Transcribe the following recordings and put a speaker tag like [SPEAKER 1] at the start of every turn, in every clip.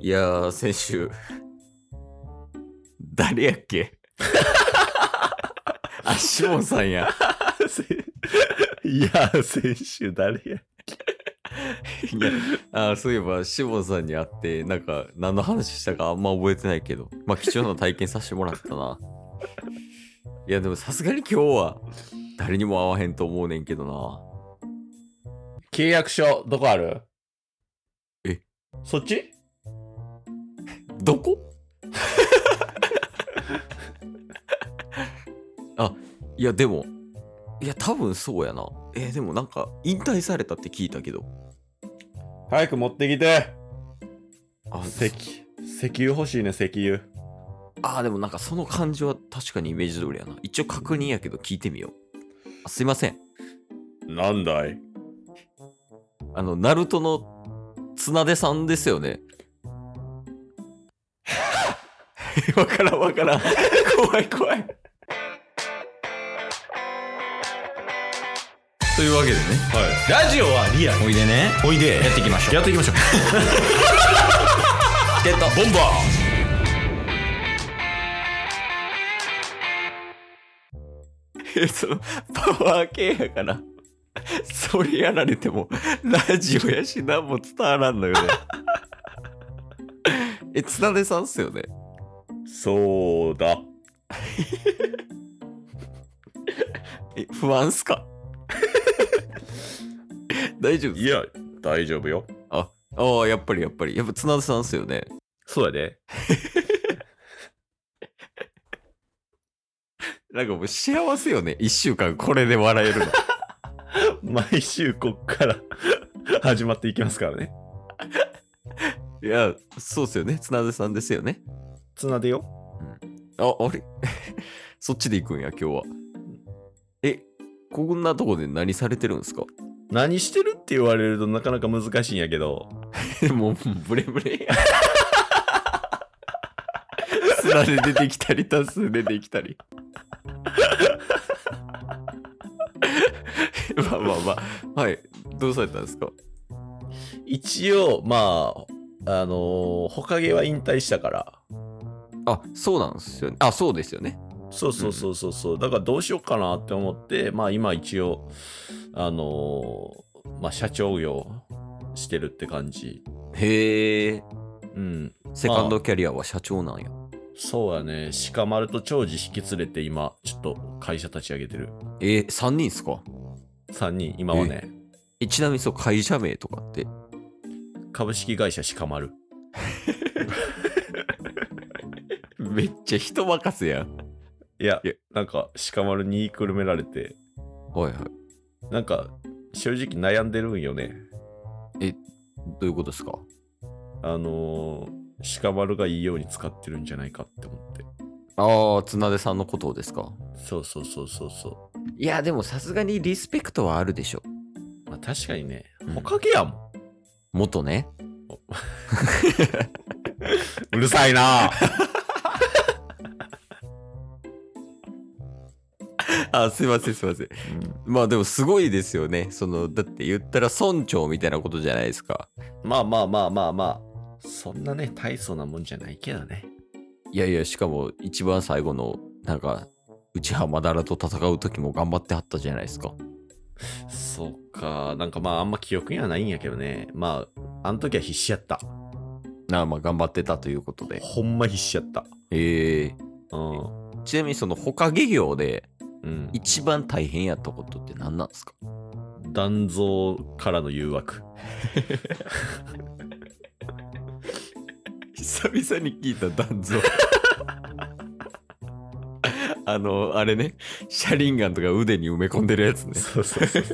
[SPEAKER 1] いやー、先週、誰やっけ あ、シモンさんや。
[SPEAKER 2] いや、先週誰や。
[SPEAKER 1] いやあーそういえば、シモンさんに会って、なんか、何の話したかあんま覚えてないけど、まあ、貴重な体験させてもらったな。いや、でもさすがに今日は、誰にも会わへんと思うねんけどな。
[SPEAKER 2] 契約書、どこある
[SPEAKER 1] え
[SPEAKER 2] そっち
[SPEAKER 1] どこ あいやでもいや多分そうやなえーでもなんか引退されたって聞いたけど
[SPEAKER 2] 早く持ってきて。
[SPEAKER 1] あ
[SPEAKER 2] 石、石油欲しいね、石油。
[SPEAKER 1] あーでもなんかその感じは確かにイメージ通りやな一応確認やけど聞いてみようあすいません
[SPEAKER 2] なんだい
[SPEAKER 1] あのナルトの綱出さんですよね わからんわからん怖い怖いというわけでね
[SPEAKER 2] はい。ラジオはリア
[SPEAKER 1] おいでね
[SPEAKER 2] おいで。やっていきましょう。やっていきましょう。
[SPEAKER 1] ゲット
[SPEAKER 2] ボンバ
[SPEAKER 1] えそのパワー系やからそれやられてもラジオやし何も伝わらんのよね え綱出さんっすよね
[SPEAKER 2] ーそうだ。
[SPEAKER 1] え不安っすか 大丈夫っす
[SPEAKER 2] いや、大丈夫よ。
[SPEAKER 1] ああやっぱりやっぱりやっぱ綱出さんっすよね
[SPEAKER 2] そうやで。
[SPEAKER 1] なんかもう幸せよね1週間これで笑えるの
[SPEAKER 2] 毎週こっから 始まっていきますからね。
[SPEAKER 1] いやそうっすよね綱出さんですよね
[SPEAKER 2] つなでよ。
[SPEAKER 1] あ、あれ そっちで行くんや、今日は。え、こんなとこで何されてるんですか
[SPEAKER 2] 何してるって言われるとなかなか難しいんやけど。
[SPEAKER 1] もう、ブレブレや。 砂で出てきたり、多数出てきたり。 まあまあまあ、はい。どうされたんですか
[SPEAKER 2] 一応、まあ、あのー、ほかげは引退したから。
[SPEAKER 1] あ、そうなんですよね。あ、そうですよね。
[SPEAKER 2] そうそうそうそうそう、だからどうしようかなって思ってまあ今一応あのーまあ社長業してるって感じ
[SPEAKER 1] へえ。
[SPEAKER 2] うん
[SPEAKER 1] セカンドキャリアは社長なんや。
[SPEAKER 2] そうやね鹿丸と長寿引き連れて今ちょっと会社立ち上げてる
[SPEAKER 1] えー、3人っすか
[SPEAKER 2] 3人今はね
[SPEAKER 1] えちなみにそう、会社名とかって
[SPEAKER 2] 株式会社鹿丸
[SPEAKER 1] めっちゃ人任せやん。
[SPEAKER 2] いや
[SPEAKER 1] いや
[SPEAKER 2] なんか鹿丸に言いくるめられて
[SPEAKER 1] はいはい。
[SPEAKER 2] なんか正直悩んでるんよね
[SPEAKER 1] どういうことですか
[SPEAKER 2] あのー鹿丸がいいように使ってるんじゃないかって思って
[SPEAKER 1] ああ、綱出さんのことをですか
[SPEAKER 2] そうそうそうそうそ
[SPEAKER 1] いや、でもさすがにリスペクトはあるでしょ。
[SPEAKER 2] うまあ確かにね
[SPEAKER 1] うん
[SPEAKER 2] ほかげやもん
[SPEAKER 1] 元ね。
[SPEAKER 2] うるさいな
[SPEAKER 1] あ、すいません、すいません。まあでもすごいですよね。その、だって言ったら村長みたいなことじゃないですか。
[SPEAKER 2] まあまあまあまあまあ。そんなね、大層なもんじゃないけどね。
[SPEAKER 1] いやいや、しかも一番最後の、なんか、内浜だらと戦う時も頑張ってはったじゃないですか。
[SPEAKER 2] そっか。なんかまああんま記憶にはないんやけどね。まあ、あの時は必死やった。
[SPEAKER 1] なあまあ頑張ってたということで。
[SPEAKER 2] ほんま必死やった。
[SPEAKER 1] ええ
[SPEAKER 2] うん。
[SPEAKER 1] ちなみにその他企業で
[SPEAKER 2] うん。
[SPEAKER 1] 一番大変やったことって何なんですか
[SPEAKER 2] 断蔵からの誘惑。
[SPEAKER 1] 久々に聞いた断像 あのあれねシャリンガンとか腕に埋め込んでるやつね
[SPEAKER 2] そうそうそう。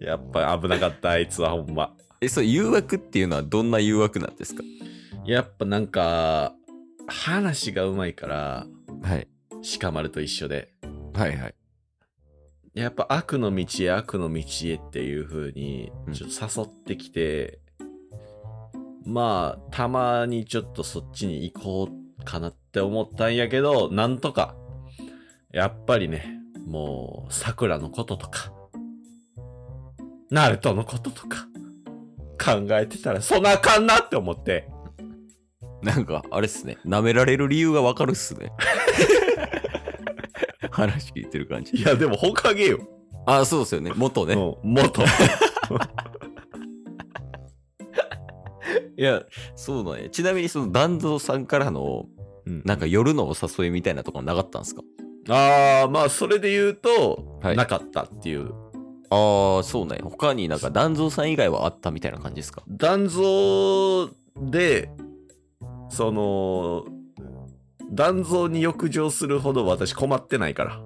[SPEAKER 2] やっぱ危なかった、あいつはほんま。
[SPEAKER 1] えそう誘惑っていうのはどんな誘惑なんですか
[SPEAKER 2] やっぱなんか、話がうまいから、
[SPEAKER 1] はい
[SPEAKER 2] 鹿丸と一緒で。
[SPEAKER 1] はいはい
[SPEAKER 2] やっぱ悪の道へ悪の道へっていう風に
[SPEAKER 1] うん
[SPEAKER 2] ちょっと誘ってきて、まあたまにちょっとそっちに行こうかなって思ったんやけどなんとかやっぱりねもうさくらのこととかナルトのこととか考えてたらそんなあかんなって思って
[SPEAKER 1] なんかあれっすね舐められる理由がわかるっすね 話聞いてる感
[SPEAKER 2] い
[SPEAKER 1] じ
[SPEAKER 2] や、でも他げよ。
[SPEAKER 1] あそうですよね元ね、
[SPEAKER 2] う ん、元。
[SPEAKER 1] いやそうなんやちなみにその團蔵さんからの
[SPEAKER 2] うん
[SPEAKER 1] なんか夜のお誘いみたいなとこなかったんですか
[SPEAKER 2] ああ、まあ、それで言うと、
[SPEAKER 1] はい
[SPEAKER 2] なかったっていう。
[SPEAKER 1] ああそうなんや他になんか團蔵さん以外はあったみたいな感じですか
[SPEAKER 2] 断蔵で、その、断蔵に浴場するほど私困ってないから。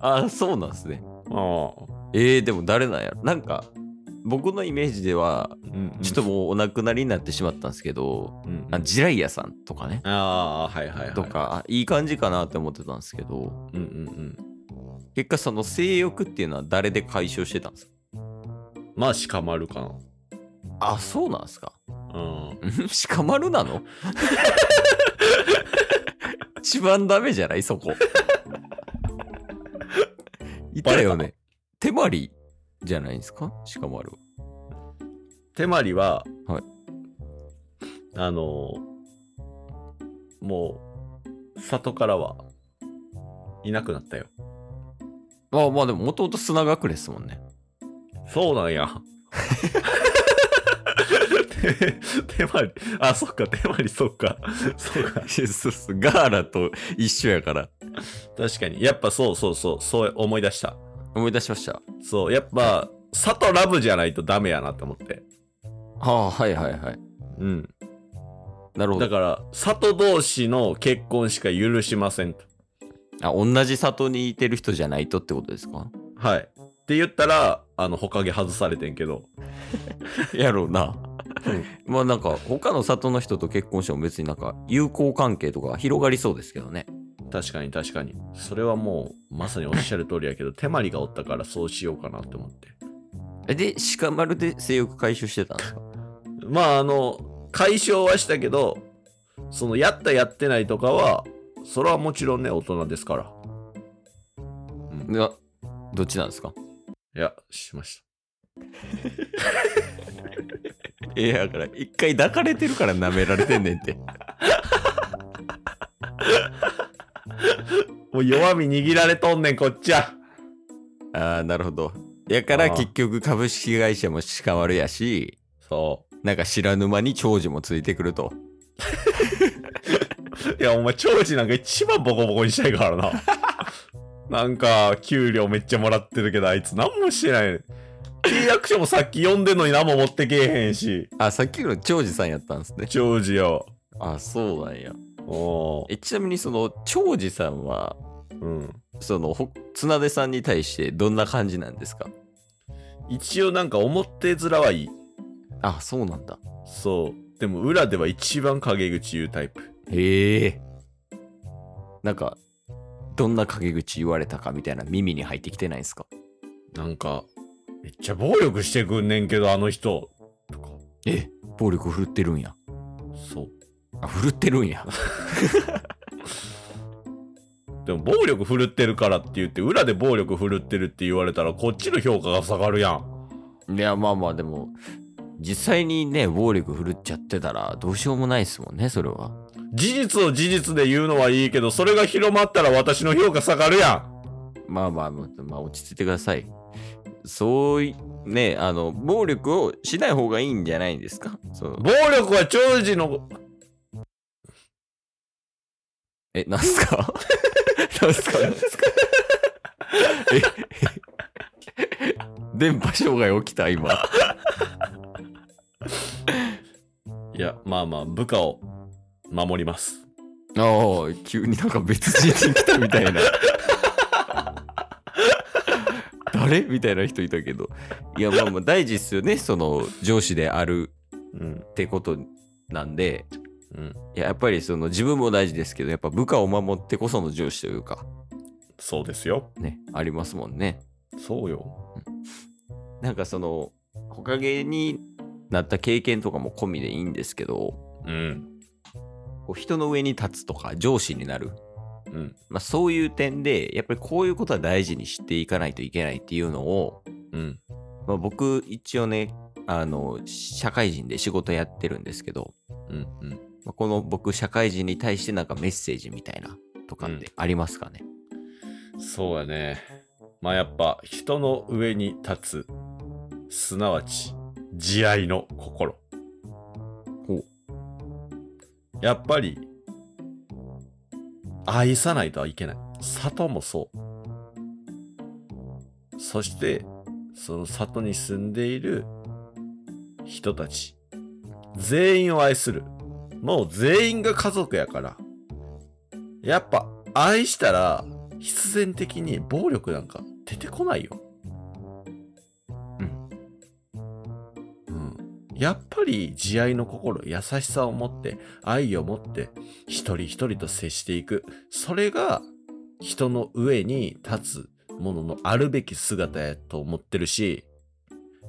[SPEAKER 1] ああそうなんですね
[SPEAKER 2] あ
[SPEAKER 1] えー、でも誰なんやろなんか僕のイメージではちょっともうお亡くなりになってしまったんですけど、
[SPEAKER 2] うんうん
[SPEAKER 1] あジライヤさんとかね
[SPEAKER 2] ああ、はいはいはい。
[SPEAKER 1] と。かいい感じかなって思ってたんですけど
[SPEAKER 2] うんうんうん。
[SPEAKER 1] 結果その性欲っていうのは誰で解消してたんですか
[SPEAKER 2] まあ、鹿丸か
[SPEAKER 1] あそうなんです か
[SPEAKER 2] な。うん。
[SPEAKER 1] 鹿丸な の一番ダメじゃないそこいたよ
[SPEAKER 2] バレ
[SPEAKER 1] ね手まりじゃないですか鹿丸は
[SPEAKER 2] 手まりは、
[SPEAKER 1] はい
[SPEAKER 2] あのもう里からはいなくなったよ
[SPEAKER 1] まあまあでももともと砂隠れですもんね
[SPEAKER 2] そうなんや 手手まりあそっか手まりそっかそうか
[SPEAKER 1] いやそうそうガーラと一緒やから
[SPEAKER 2] 確かにやっぱそうそうそうそう思い出した
[SPEAKER 1] 思い出しました
[SPEAKER 2] そうやっぱ里ラブじゃないとダメやなと思って
[SPEAKER 1] ああはいはいはい
[SPEAKER 2] うん
[SPEAKER 1] なるほ
[SPEAKER 2] だ
[SPEAKER 1] ど
[SPEAKER 2] から里同士の結婚しか許しませんと
[SPEAKER 1] あ同じ里にいてる人じゃないとってことですか
[SPEAKER 2] はいって言ったらあのほかげ外されてんけど
[SPEAKER 1] やろうな
[SPEAKER 2] うん。
[SPEAKER 1] まあなんか他の里の人と結婚しても別になんか友好関係とか広がりそうですけどね。
[SPEAKER 2] 確かに確かにそれはもうまさにおっしゃる通りやけど手まりがおったからそうしようかなって思って
[SPEAKER 1] えで鹿丸で性欲回収してたんですか
[SPEAKER 2] まああの解消はしたけどそのやったやってないとかはそれはもちろんね大人ですから
[SPEAKER 1] いやどっちなんですか
[SPEAKER 2] いやしまし
[SPEAKER 1] いやだから一回抱かれてるから舐められてんねんって。
[SPEAKER 2] たもう弱み握られとんねんこっちは
[SPEAKER 1] ああなるほど。やから結局株式会社も鹿丸やし
[SPEAKER 2] そ
[SPEAKER 1] なんか知らぬ間に長寿もついてくると。
[SPEAKER 2] ういやお前長寿なんか一番ボコボコにしたいからな なんか給料めっちゃもらってるけどあいつ何もしてない契約書もさっき読んでんのに何も持ってけえへんし
[SPEAKER 1] あさっきの長寿さんやったんですね。
[SPEAKER 2] 長寿よ
[SPEAKER 1] あそうなんや。
[SPEAKER 2] お
[SPEAKER 1] えちなみにその長寿さんは
[SPEAKER 2] うん、
[SPEAKER 1] そのほ綱出さんに対してどんな感じなんですか
[SPEAKER 2] 一応なんか表面はいい
[SPEAKER 1] あそうなんだ
[SPEAKER 2] そうでも裏では一番陰口言うタイプ
[SPEAKER 1] へえなんかどんな陰口言われたかみたいな耳に入ってきてないですか
[SPEAKER 2] なんかめっちゃ暴力してくんねんけどあの人とか
[SPEAKER 1] え暴力振るってるんや
[SPEAKER 2] そう
[SPEAKER 1] あ振るってるんや
[SPEAKER 2] でも暴力振るってるからって言って裏で暴力振るってるって言われたらこっちの評価が下がるや
[SPEAKER 1] い
[SPEAKER 2] ん
[SPEAKER 1] やまあまあでも実際にね暴力振るっちゃってたらどうしようもないですもんねそれは
[SPEAKER 2] 事実を事実で言うのはいいけどそれが広まったら私の評価下がるやん
[SPEAKER 1] まあまあまあ、まあ、落ち着いてくださいそういねあの暴力をしない方がいいんじゃないんですかそう
[SPEAKER 2] 暴力は長寿の
[SPEAKER 1] え、なんすかなんすかなんすかえ電波障害起きた今。
[SPEAKER 2] いやまあまあ部下を守ります
[SPEAKER 1] ああ、急になんか別人に来たみたいな。誰みたいな人いたけど。いや、まあまあ大事っすよね。その上司である
[SPEAKER 2] うん
[SPEAKER 1] ってことなんで。
[SPEAKER 2] うん
[SPEAKER 1] いや、やっぱりその自分も大事ですけど、やっぱ部下を守ってこその上司というか、
[SPEAKER 2] そうですよ
[SPEAKER 1] ね、ありますもんね。
[SPEAKER 2] そうよ
[SPEAKER 1] なんかその、木陰になった経験とかも込みでいいんですけど、
[SPEAKER 2] うん
[SPEAKER 1] こう人の上に立つとか上司になる、
[SPEAKER 2] うん
[SPEAKER 1] まあ、そういう点で、やっぱりこういうことは大事にしていかないといけないっていうのを、
[SPEAKER 2] うん
[SPEAKER 1] まあ、僕一応ね、あの、社会人で仕事やってるんですけど、
[SPEAKER 2] うんうん。
[SPEAKER 1] まあこの僕社会人に対してなんかメッセージみたいなとかってありますかね、
[SPEAKER 2] そうやね。まあやっぱ人の上に立つ、すなわち慈愛の心。
[SPEAKER 1] ほう
[SPEAKER 2] やっぱり愛さないとはいけない。里もそう。そしてその里に住んでいる人たち全員を愛する。もう全員が家族やから。やっぱ愛したら必然的に暴力なんか出てこないよ。
[SPEAKER 1] うん。
[SPEAKER 2] うん。やっぱり慈愛の心、優しさを持って、愛を持って、一人一人と接していく。それが人の上に立つもののあるべき姿やと思ってるし、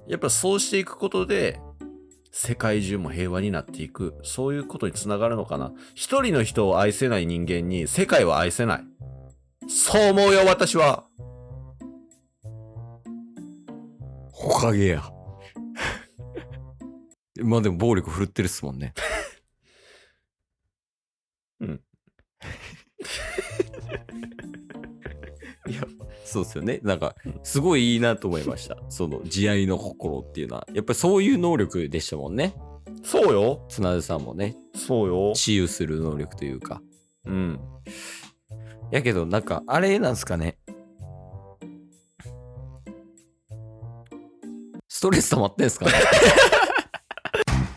[SPEAKER 2] やっぱそうしていくことで、世界中も平和になっていく。そういうことにつながるのかな。一人の人を愛せない人間に世界は愛せない。そう思うよ、私は。
[SPEAKER 1] ほかげや。 まあでも暴力振るってるっすもんね。
[SPEAKER 2] うん。
[SPEAKER 1] いや、そうっすよね。なんか、すごいいいなと思いました。その、慈愛の心っていうのは。やっぱりそういう能力でしたもんね。
[SPEAKER 2] そうよ。
[SPEAKER 1] 綱田さんもね、
[SPEAKER 2] そうよ。
[SPEAKER 1] 治癒する能力というか。
[SPEAKER 2] うん。
[SPEAKER 1] やけど、なんか、あれなんすかね。ストレス溜まってんすかね。